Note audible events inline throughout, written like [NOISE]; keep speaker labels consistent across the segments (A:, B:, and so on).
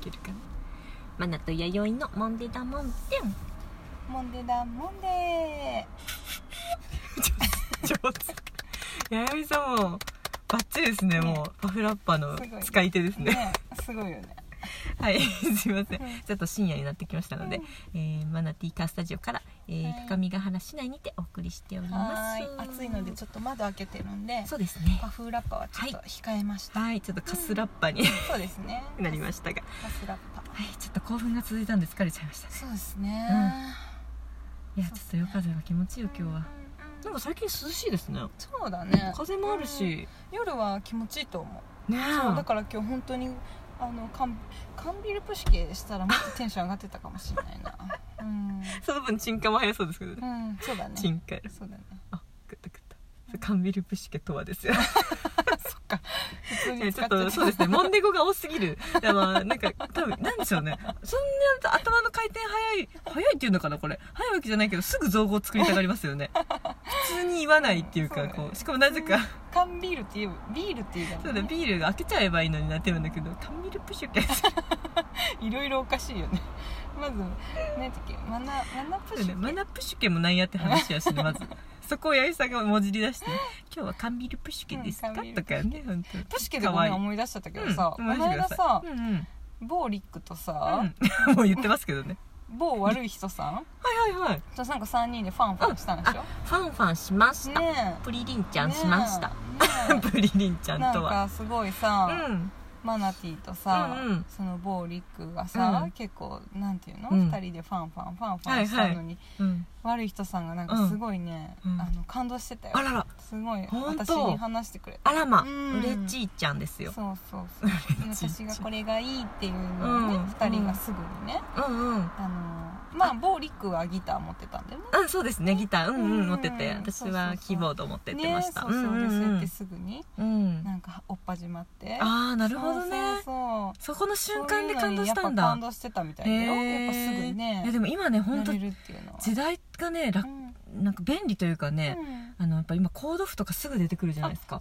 A: けるかなマナと弥生のモンデダモンテン
B: モンデだモンデ
A: 上手弥生さんもバッチリですね
B: ね
A: もうパフラッパの
B: すごいね
A: 使い手です
B: ー
A: ね
B: ねすごいよね
A: はいすいません
B: うん
A: ちょっと深夜になってきましたので、えーマナティーカースタジオから、えー
B: はい
A: 各務原市内にてお送りしておりま
B: は
A: す
B: ーい暑いのでちょっと窓開けてるんで
A: そうですね
B: パフラッパはちょっと控えました、
A: はいちょっとカスラッパに
B: そうですね
A: なりま
B: た
A: したが
B: パスラッパ
A: はいちょっと興奮が続いたんで疲れちゃいましたね
B: そうですね、
A: いやちょっと夜風が気持ちいいよ今日は
B: う
A: なんんか最近涼しいですね
B: そうだね
A: 風もあるし、
B: 夜は気持ちいいと思
A: ね
B: う、そうだから今日本当にあの缶缶ビールプシケしたらもっとテンション上がってたかもしれないなうん、
A: [LAUGHS] その分沈下も早そうですけどね
B: うん、そうだね
A: 沈下
B: そうだね [LAUGHS]
A: あグッとグッとそれ缶ビールプシケとはですよ
B: そっか普通
A: いや
B: に
A: [LAUGHS] ち
B: 使
A: ょ
B: っ
A: ってとそうですねモンデゴが多すぎるいやまあなんか多分なんでしょうねそんな頭の回転早い早いっていうのかなこれ早いわけじゃないけどすぐ造語を作りたがりますよね普通に言わないっていう
B: う
A: か
B: んそうだね
A: こうしかもなぜか
B: 缶ビールって言えばビールって言えば、ね、
A: そうだビール開けちゃえばいいのになってるんだけど缶ビールプシケ
B: いろいろおかしいよねまず何だっけマナマナプシケ、
A: マ
B: [LAUGHS]
A: ナプシュケもなんやって話やしねまずそこを八重さんがもじり出して「今日は缶ビールプシュケですか
B: うん缶ビー
A: と
B: ルプ
A: か
B: シュケ
A: ね本当
B: プシケで
A: か
B: ご
A: わ
B: め
A: いい
B: ん思い出しちゃったけどさ、
A: う
B: この間さ
A: ん、思い出してくださいうん
B: 某リックと
A: う
B: さ、
A: んうん [LAUGHS] もう言ってますけどね
B: 某悪い人さん
A: はいはいはい
B: となんか3人でファンファンしたんでしょ
A: ファンファンしまし
B: ねえ
A: プリリンち
B: ねえね
A: [LAUGHS] プリリンちゃ
B: え
A: ん
B: なん
A: とは
B: かすごいさ、
A: うん
B: マナティーとさ、
A: うんうん
B: その某リックがさ、
A: うん
B: 結構なんていうの、
A: う
B: 二
A: ん
B: 2人でファンファンファンファンしたのに、
A: はいうん
B: 悪い人さんがなんかすごいね、
A: うん
B: あの感動してたよ
A: あらら
B: すごい
A: ほんと
B: 私に話してくれた
A: あらま
B: うん
A: うれちいちゃんですよ
B: そうそうそうで
A: ちいち
B: 私がこれがいいっていうのをね、
A: うん
B: 2人がすぐにね、
A: うんうん
B: あのまあ某リックはギター持ってたんだよね
A: あそうですねギターうん
B: う
A: うん
B: ん
A: 持ってて私はキーボード持ってってました
B: ねそうそうでそうやっ
A: ん
B: てすぐに
A: うん
B: なんかおっぱじまって
A: ああなるほどね
B: そうそう
A: そこの瞬
B: そう
A: 間で感動したん
B: そういう
A: だ
B: のにやっぱ感動してたみたいだよ、
A: へー
B: やっぱすぐね
A: いやでも今ね本当
B: なれるっていうのは
A: 時代がね楽なんか便利というかね、あのやっぱ今コード譜とかすぐ出てくるじゃないですか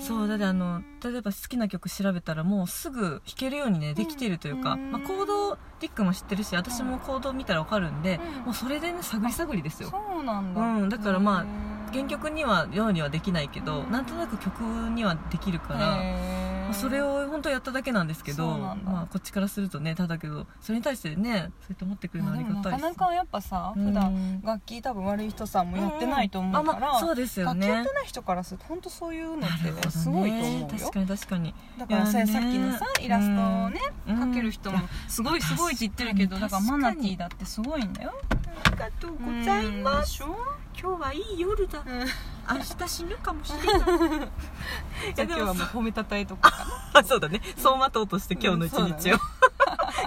A: そうだってあの例えば好きな曲調べたらもうすぐ弾けるようにねできてるというか、
B: うん
A: まあ、コードリックも知ってるし私もコードを見たらわかるんで、
B: うん
A: もうそれでね探り探りですよ
B: そうなんだ、
A: うんだからまあ
B: へー
A: 原曲にはようにはできないけど、
B: うん
A: なんとなく曲にはできるから、
B: へー
A: まあそれを本当やっただけなんですけど
B: そうなんだ
A: まあ、こっちからするとねただけどそれに対してねそうやって思ってくれるのはありがたい
B: まあでもなかなかやっぱさ普段
A: 段
B: 楽器多分悪い人さんもやってないと思うから、
A: あまあ、そうですよ
B: 楽器やっ
A: ね
B: てない人からすると本当そういう
A: な
B: のっ
A: る
B: て
A: ほ
B: ね
A: どね
B: すごいと思うよ
A: 確かに確かに
B: だからさ
A: いやね
B: さっきのさイラストをね
A: うん
B: 描ける人も
A: いや
B: すごいすごいって言ってるけどだ
A: 確か
B: か
A: らに
B: マナティーだってすごいんだよ
A: ありがとうございます
B: うんでしょ
A: 今日はいい夜だ
B: うん
A: 明日死ぬかもし [LAUGHS] れない
B: じゃあ今日はもう褒めたたえとかか
A: あそうだねそう待とうとして今日の一
B: うんそう
A: 日
B: だ
A: を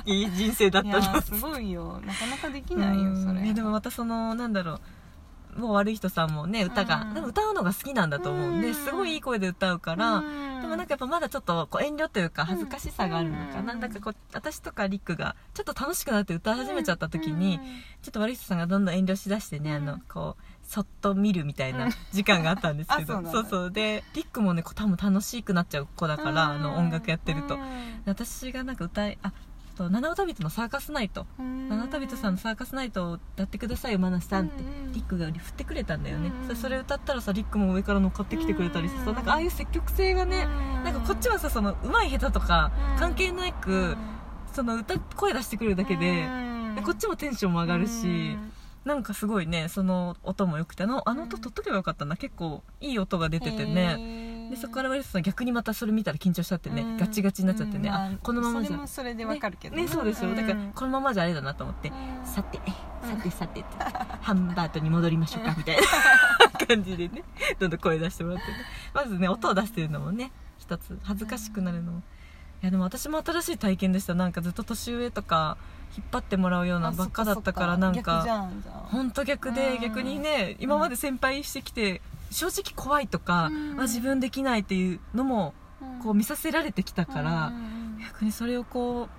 A: [LAUGHS] いい人生だっ
B: な
A: た
B: い
A: な
B: やーすごいよなかなかできないよそ
A: うんい
B: れ
A: やでもまたそのなんだろうもう悪い人さんもね歌が、
B: うん
A: でも歌うのが好きなんだと思うんで、
B: うん
A: すごいいい声で歌うから、でもなんかやっぱまだちょっとこう遠慮というか恥ずかしさがあるのかな、
B: うん
A: なんかこう私とかりっくがちょっと楽しくなって歌い始めちゃった時に、
B: うん
A: ちょっと悪い人さんがどんどん遠慮しだしてね、
B: うん
A: あのこうそっと見るみたいな時間があったんですけど、
B: うん [LAUGHS] あそ
A: そう
B: うなんだ
A: そうでりっくもねこう多分楽しくなっちゃう子だから、あの音楽やってると、私がなんか歌いあと七尾人のサーカスナイト
B: うん
A: 七尾人さんのサーカスナイトを歌ってくださいよマナシさんって、
B: うんうん
A: リックが振ってくれたんだよね、
B: うんうん
A: そそれ歌ったらさリックも上から乗っかってきてくれたりさ、
B: うんうん
A: なんかああいう積極性がね、
B: う
A: なんかこっちはさその上手い下手とか
B: うん
A: 関係なく、その歌声出してくれるだけで、でこっちもテンションも上がるし、
B: うん
A: なんかすごいねその音も良くてあのあの音
B: うん
A: 取っとけばよかったな結構いい音が出ててね、でそこからウェルスさん逆にまたそれ見たら緊張しちゃってね、
B: うん
A: ガチガチになっちゃってね、
B: うん
A: あこのままじゃ
B: それもそれでわかるけど
A: ねそうですよ、だから
B: ん
A: このままじゃあれだなと思って、
B: うん
A: さてさてさてってハンバートに戻りましょうかみたいな感じでねどんどん声出してもらってねまずね音を出してるのもね一つ恥ずかしくなるのもいやでも私も新しい体験でしたなんかずっと年上とか引っ張ってもらうようなばっかだったから
B: あ
A: なん
B: そっそっ逆じ
A: か
B: ゃんじゃん
A: ほんと逆で
B: うん
A: 逆にね今まで先輩してきて正直怖いとか、
B: うん
A: あ自分できないっていうのもこう見させられてきたから、
B: うんうんうん
A: 逆にそれをこ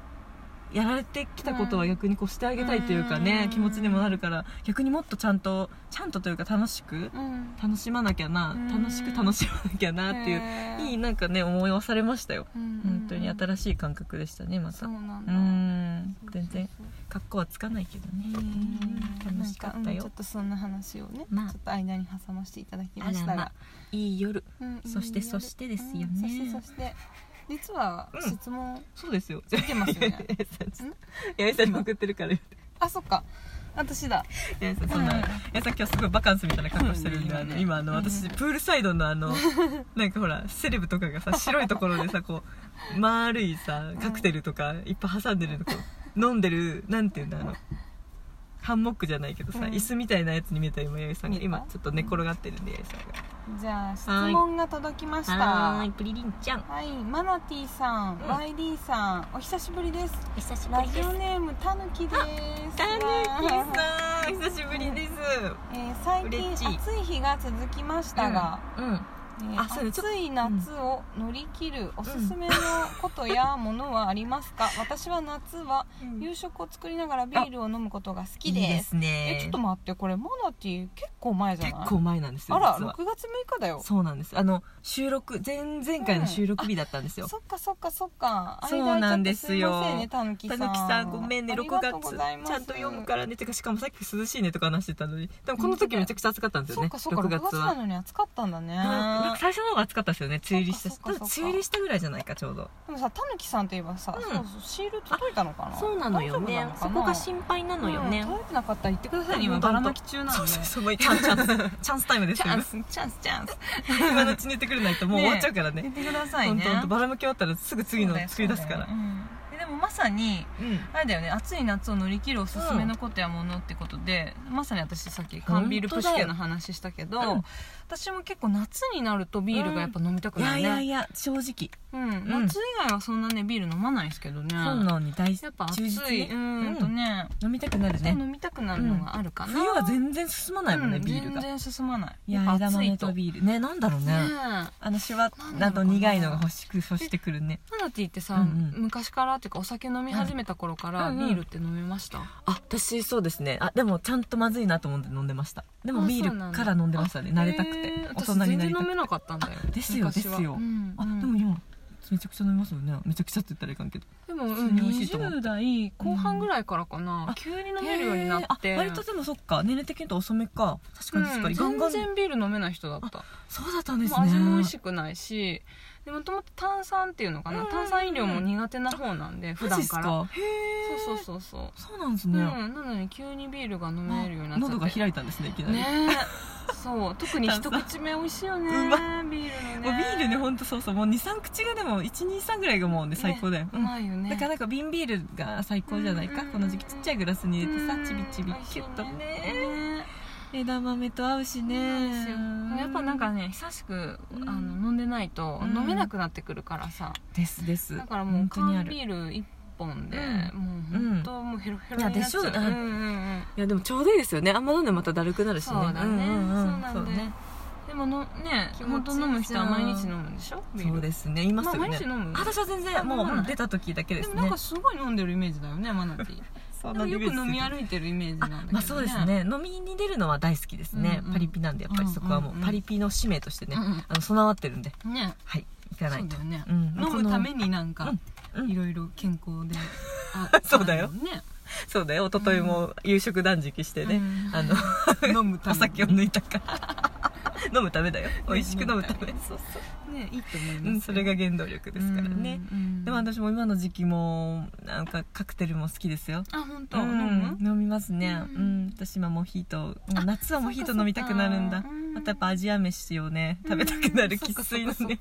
A: うやられてきたことは逆にこうしてあげたいというかね、
B: うん
A: 気持ちにもなるから逆にもっとちゃんとちゃんとというか楽しく
B: うん
A: 楽しまなきゃな、
B: うん
A: 楽しく楽しまなきゃなっていう、
B: へー
A: いいなんかね思いはされましたよ、
B: うん
A: 本当に新しい感覚でしたねま
B: そ
A: た
B: う
A: う
B: なんだ
A: ん全然
B: そうそう
A: 格好はつかないけどね
B: そううん
A: 楽しかった
B: なんうん
A: よ
B: ちょっとそんな話をね、
A: まあ
B: ちょっと間に挟ませていただきましたが
A: あらまいい夜
B: うん
A: そして
B: いいよ
A: そしてですよね
B: うんそしてそして実は
A: うん
B: 質問
A: そうですよ
B: 来てますよね
A: [LAUGHS] 八重さんに送ってるから
B: あそっか私だ
A: 八重さんそんな
B: うん
A: 八重さん今日すごいバカンスみたいな格好してるんで、
B: うん
A: あの今あの
B: うん
A: 私プールサイドのあ
B: [LAUGHS]
A: のなんかほらセレブとかがさ白いところでさこう丸いさカクテルとかいっぱい挟んでるのこう飲んでるなんていうんだあのハンモックじゃないけどさ、
B: うん
A: 椅子みたいなやつに見えた今八重さんが
B: 見えた
A: 今ちょっと寝転がってるんで八重さんが。
B: じゃあ質問が届きましたは
A: ーい
B: い、
A: プリリンちゃん
B: マナティさん、
A: うん
B: YD さんお久しぶりです
A: お久し
B: ラジオネームたぬきです
A: たぬきさん久しぶりです
B: えー最近
A: 嬉しい
B: 暑い日が続きましたが、
A: うん
B: えー
A: あそうだちょっと
B: 暑い夏を乗り切るおすすめのことやものはありますか、私は夏は夕食を作りながらビールを飲むことが好きです
A: いいですね
B: えちょっと待ってこれマナティ結構前じゃ
A: 結
B: ない
A: 構前なんですよ
B: あら
A: 実は
B: 6月6日だよ
A: そうなんですあの収録前前回の収録日だったんですよ、
B: そっかそっかそっか
A: そうなんですよ
B: 間空いちゃってすいませんねたぬきさ
A: た
B: ん
A: ぬきさんごめんね
B: あ
A: 6
B: りがとう
A: 月
B: ご
A: ちゃ
B: ざい
A: ん
B: ます
A: と読むからねてかしかもさっき涼しいねとか話してたのにでもこの時めちゃくちゃ暑かったんですよ
B: そっ
A: ね
B: かそっか
A: 6
B: 6月
A: 月
B: な
A: は。
B: のに暑かったんだね
A: なんか最初の方が暑かったですよね梅雨入りしたし
B: そっ
A: 多
B: かそ
A: 分
B: っか
A: 梅雨入りしたぐらいじゃないかちょうど
B: でもさたぬきさんといえばさ、
A: うん
B: そうそうシール届いたのかな大丈夫なのかな
A: 配な
B: うん届いてなかったら言ってくださいね
A: うん
B: 今ばらまき中な
A: そ
B: の
A: う
B: で
A: そうそうもうチ
B: [LAUGHS]
A: ャンチャンスチャンスタイムです
B: チ
A: よ
B: ャンスチャンスチャンス
A: 今のうちに言ってくれないともう終わっちゃうからね
B: 言ってください
A: 本
B: ね
A: 当本当ばらまき終わったらすぐ次の作り出すから
B: そうだようんえでもまさに
A: うん
B: あれだよね暑い夏を乗り切るおすすめのことやものってことで、まさに私さっき缶ビールプシケの話したけど、
A: 本当だよ
B: 私も結構夏になるとビールがやっぱ飲みたくなるね、うん
A: や正直うん
B: 夏以外はそんなねビール飲まないんですけどね
A: 本能に大事
B: やっぱ暑
A: 忠実
B: い、
A: ね
B: うんうんとね、
A: 飲みたくなるね
B: 飲みたくなるのがあるかな、
A: 冬は全然進まないもんね、
B: うん
A: ビールが
B: 全然進まない
A: い
B: や
A: や
B: っぱ
A: 枝
B: 暑い
A: 豆
B: と
A: とビールねなんだろうね
B: ね
A: あのシワ
B: なんな
A: な
B: のか
A: ど
B: な
A: 苦いのが欲しく欲してくるね
B: マナティってさ、
A: うんうん
B: 昔からっていうかお酒飲み始めた頃から
A: うん
B: ビールって飲めました、
A: あ私そうですねあでもちゃんとまずいなと思って飲んでましたでも
B: あ
A: ビ
B: そう
A: ー
B: なん
A: ル
B: だ
A: から飲んでましたね慣れたく
B: へ
A: て
B: ー
A: 大
B: 私
A: 人になり
B: 全
A: た
B: 然飲
A: く
B: め
A: て
B: なかったんだよ
A: あですよ
B: 昔
A: で
B: は
A: すよ
B: うん
A: あ
B: うん
A: でも今めちゃくちゃ飲みますよねめちゃくちゃって言ったらいかんけど
B: でも、う
A: 普
B: ん、
A: 通に美味しいと思う
B: 20代後半ぐらいからかな、
A: うん
B: 急に飲めるようになって、
A: へーあ割とでもそっか年齢的にと遅めか確かに確かに、
B: うん
A: ガンガン
B: 全然ビール飲めない人だった
A: そうだったんです
B: も
A: ね
B: う味も美味しくないしでもともと炭酸っていうのかな、
A: うんうんうん
B: 炭酸飲料も苦手な方なんで普
A: マジ
B: 段
A: っす
B: から
A: かへえ
B: そうそうそうそ
A: そ
B: う
A: うなんです
B: う
A: ね、
B: ん、なのに急にビールが飲めるようになっちゃって
A: 喉が開いたんですねいきなり、
B: ねえそう特に一口目美味しいよね
A: う
B: ビールの
A: もう
B: ね
A: ビールねほんとそうそうもう23口がでも123ぐらいがもうね最高だよ、
B: う
A: うん
B: まいよね
A: だからなんか瓶ビールが最高じゃないか、
B: うん
A: この時期ちっちゃいグラスに入れてさ、
B: うん
A: ちびちびキュッと
B: 美味しい
A: ね枝豆と合うし
B: そうなん
A: ね
B: ですよやっぱなんかね久しくあ
A: うん
B: の飲んでないと
A: うん
B: 飲めなくなってくるからさ
A: ですです
B: だからもう
A: 本当にあ
B: 缶
A: るい
B: ビール一本で
A: う
B: もう本当もうヘロヘロになっちゃう
A: いやでしょう
B: うんんうんうん
A: やでもちょうどいいですよねあんま飲んでまただるくなるしね
B: そうだね
A: んんん
B: そうなんだよでものね
A: 気持ちいい
B: 本当飲む人は毎日飲むんでしょビール
A: そうですねいますよ
B: ま
A: ね、
B: あ毎日飲む
A: 私は全
B: あ
A: 然も
B: 飲まないう
A: 出た時だけで
B: ですも
A: ね
B: なんかすごい飲んでるイメージだよねマナティ
A: そん
B: で
A: な
B: も
A: リ
B: よ
A: ベー
B: く
A: ス
B: 飲み歩いてるイメージなんだ
A: あ
B: けど、ね、
A: まあそうですね飲みに出るのは大好きですね、
B: うんうん
A: パリピなんでやっぱりそこはもう
B: うんうん
A: パリピの使命としてね、
B: うん
A: あの備わってるんで
B: うんね
A: はい行か
B: そ
A: ないうと
B: だよね、
A: うん
B: 飲むためになん
A: う
B: か、
A: ん
B: いろいろ健康であ
A: [LAUGHS] そうだよ
B: あるね
A: そうだよ一昨日も夕食断食してね、
B: うん
A: あの
B: [LAUGHS] 飲むため
A: お
B: に
A: 酒を抜いたから
B: [LAUGHS]
A: 飲むためだよ美味しく飲むため
B: 飲む
A: そうそう
B: ねいいと思います
A: う
B: よ、
A: ん、それが原動力ですからね、
B: うんうん
A: でも私も今の時期もなんかカクテルも好きですよ
B: あ本当、
A: う
B: 飲む
A: ん、飲みますね、
B: う
A: うんん私今モヒートもう夏はモヒート
B: そっかそっか
A: 飲みたくなるんだ
B: うん
A: またやっぱアジア飯をね食べたくなる生粋のね、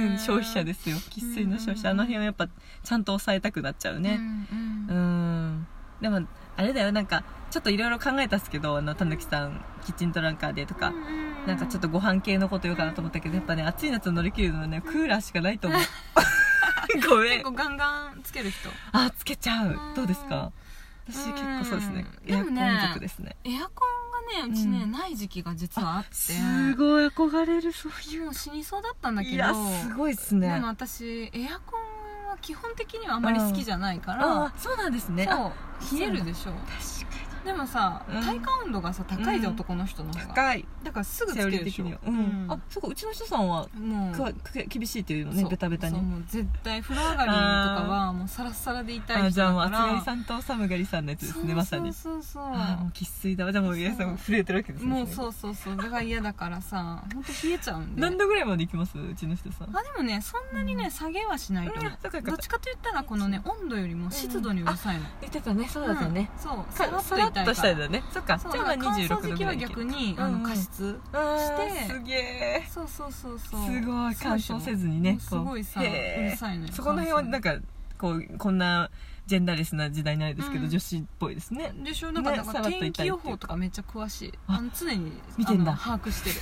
A: うん、消費者
B: で
A: ですよ生粋の消費者
B: う
A: あ
B: ん
A: の辺はやっぱちゃんと抑えたくなっちゃうね、
B: うん
A: うーんでもあれだよなんかちょっといろいろ考えたっすけどあのたぬきさんキッチントランカーでとか、なんかちょっと
B: と
A: ご飯系のこと言おうかなと思ったけどやっぱね暑い夏を乗り切るのはねクーラーしかないと思う
B: [LAUGHS]
A: ごめ
B: 結
A: ん
B: 構ガンガンつける人
A: あつけちゃう
B: うん
A: どうですか私結構そうですね
B: うん
A: エアコン
B: でもね
A: 族ですね
B: エアコンがねうちね、
A: うん
B: ない時期が実はあって
A: すごい憧れるそう
B: もう死にそうだったんだけど
A: いやすごいっすね
B: でも私エアコンは基本的にはあまり好きじゃないから、
A: ああそうなんですねあ
B: そう冷えるでしょ
A: 確かに
B: でもさ、
A: うん
B: 体感温度がさ高いで
A: うん
B: 男の人の方が、
A: 高い
B: だからすぐつ
A: セオ
B: け
A: リー
B: るで
A: 的
B: しょ
A: にはうん、
B: うん
A: あそうかうちの人さんは
B: もう
A: くわくわ厳しいっていうのね
B: そう
A: ベタベタに
B: そうもう絶対風呂上がりとかはもうサラッサラでいたい
A: あ
B: 人
A: じゃ
B: だ
A: あもう
B: か
A: 厚
B: ら
A: 刈りさんと寒がりさんのやつですねまさに
B: そうそうそう
A: ああもう生
B: そ
A: 粋だわじゃあもう皆さん震えてるわけで
B: う
A: すね
B: もう
A: れ
B: そうそうそうだから嫌だからさ本当冷えちゃうんで
A: 何度ぐらいまでいきますうちの人さん
B: あでもねそんなにね、
A: うん
B: 下げはしないと思
A: うんそうかそう
B: う
A: か
B: どっちかと言ったらこのね温度よりも湿度にうるさいの、
A: 言ってたねそうだったね
B: うんそう
A: さ
B: さ
A: ら
B: ら
A: っ
B: っ
A: と
B: と
A: い
B: い
A: た
B: た
A: い
B: い
A: か
B: から
A: さらっとしたいだねそっか
B: そ
A: じ
B: う
A: ゃあ
B: だ
A: ま
B: か
A: あ
B: ら
A: 26
B: 乾
A: 度
B: 燥時
A: ぐ
B: 期
A: ら
B: はい逆に、あ
A: うんう
B: の
A: ん
B: 加湿
A: し
B: してて
A: すげえ
B: そうそうそうそう
A: すごい
B: そう
A: 干
B: でしょ
A: 渉せずにね
B: もうすごいさ
A: こ
B: う
A: うへえ
B: るさいのよ
A: そこの辺はなん
B: か
A: かこうこんなジェンダーレスな時代にないですけど、
B: うん
A: 女子っぽいですね
B: でしょなんか
A: ね
B: なん
A: さ
B: から
A: っといたい
B: 天
A: ってい
B: 気
A: う
B: 予報とかめっちゃ詳しい
A: あ
B: あの常に
A: 見てんだ
B: あの把握してる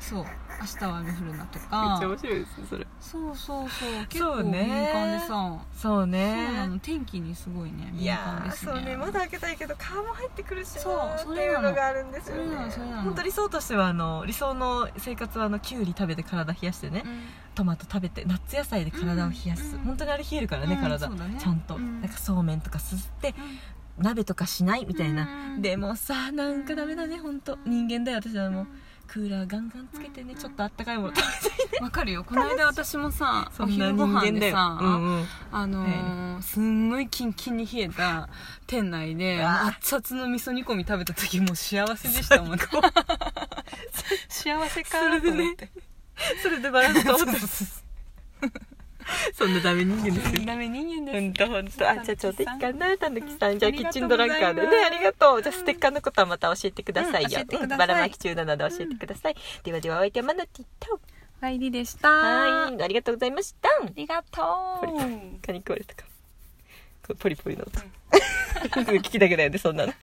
B: そう明日は雨降るなと
A: めっ
B: か
A: ちゃ面白いですねそれ
B: そうそうそう結
A: そ
B: 構
A: う
B: 敏
A: ね
B: 感でさ
A: そうね
B: そうなの天気にすごいね
A: い
B: 敏
A: や
B: 感
A: ー
B: ですね
A: そうねまだ開けたいけど皮も入ってくるしなー
B: そう
A: っていう
B: それなの
A: のがあるんですよ
B: そ
A: ね
B: れなのそれなの
A: 本当理想としてはあの理想の生活はあのきゅうり食べて体冷やしてね、トマト食べてナッツ野菜で体を冷やす、
B: うん
A: 本当にあれ冷えるから
B: うん
A: ね、
B: うん
A: 体、
B: そうだね
A: ちゃんと、
B: うん
A: なんかそうめんとかすすって鍋とかしないみたいな、でもさなんかダメだね本当人間だよ私はもう、クーラーガンガンつけてね、
B: うん
A: ちょっとあったかいもの食べて、
B: わかるよこの間私もさお
A: [LAUGHS] そんな
B: 昼
A: 人
B: ご飯
A: 間だ
B: で
A: よ、
B: さ、
A: うんうん、
B: あのーすんごいキンキンに冷えた店内で
A: うわ
B: 熱々の味噌煮込み食べた時もう幸せでしたもん [LAUGHS] 幸せ
A: そ
B: か
A: れ
B: と
A: で
B: 思っ
A: ね
B: て、
A: [LAUGHS] それでバランス
B: そう
A: 取ってそんなダメ人間ですよ
B: ダメ人間
A: う
B: です
A: んとほんとあじゃあちょうどいいかなたぬきさんじゃあ
B: うん
A: キッチンドランカーでねあ
B: あ
A: り
B: り
A: が
B: が
A: とうじゃあステッカーのことはまた教えてくださいよ
B: うん教えてください
A: うんバラマキ中なので教えてください、ではではお相手はマナティと
B: 入りでした
A: は
B: あ
A: いありがとうございました
B: りがと
A: ポリ [LAUGHS]
B: う
A: ポリ蚊に食われたかこれポリポリの音、聞きたくないよねそんなの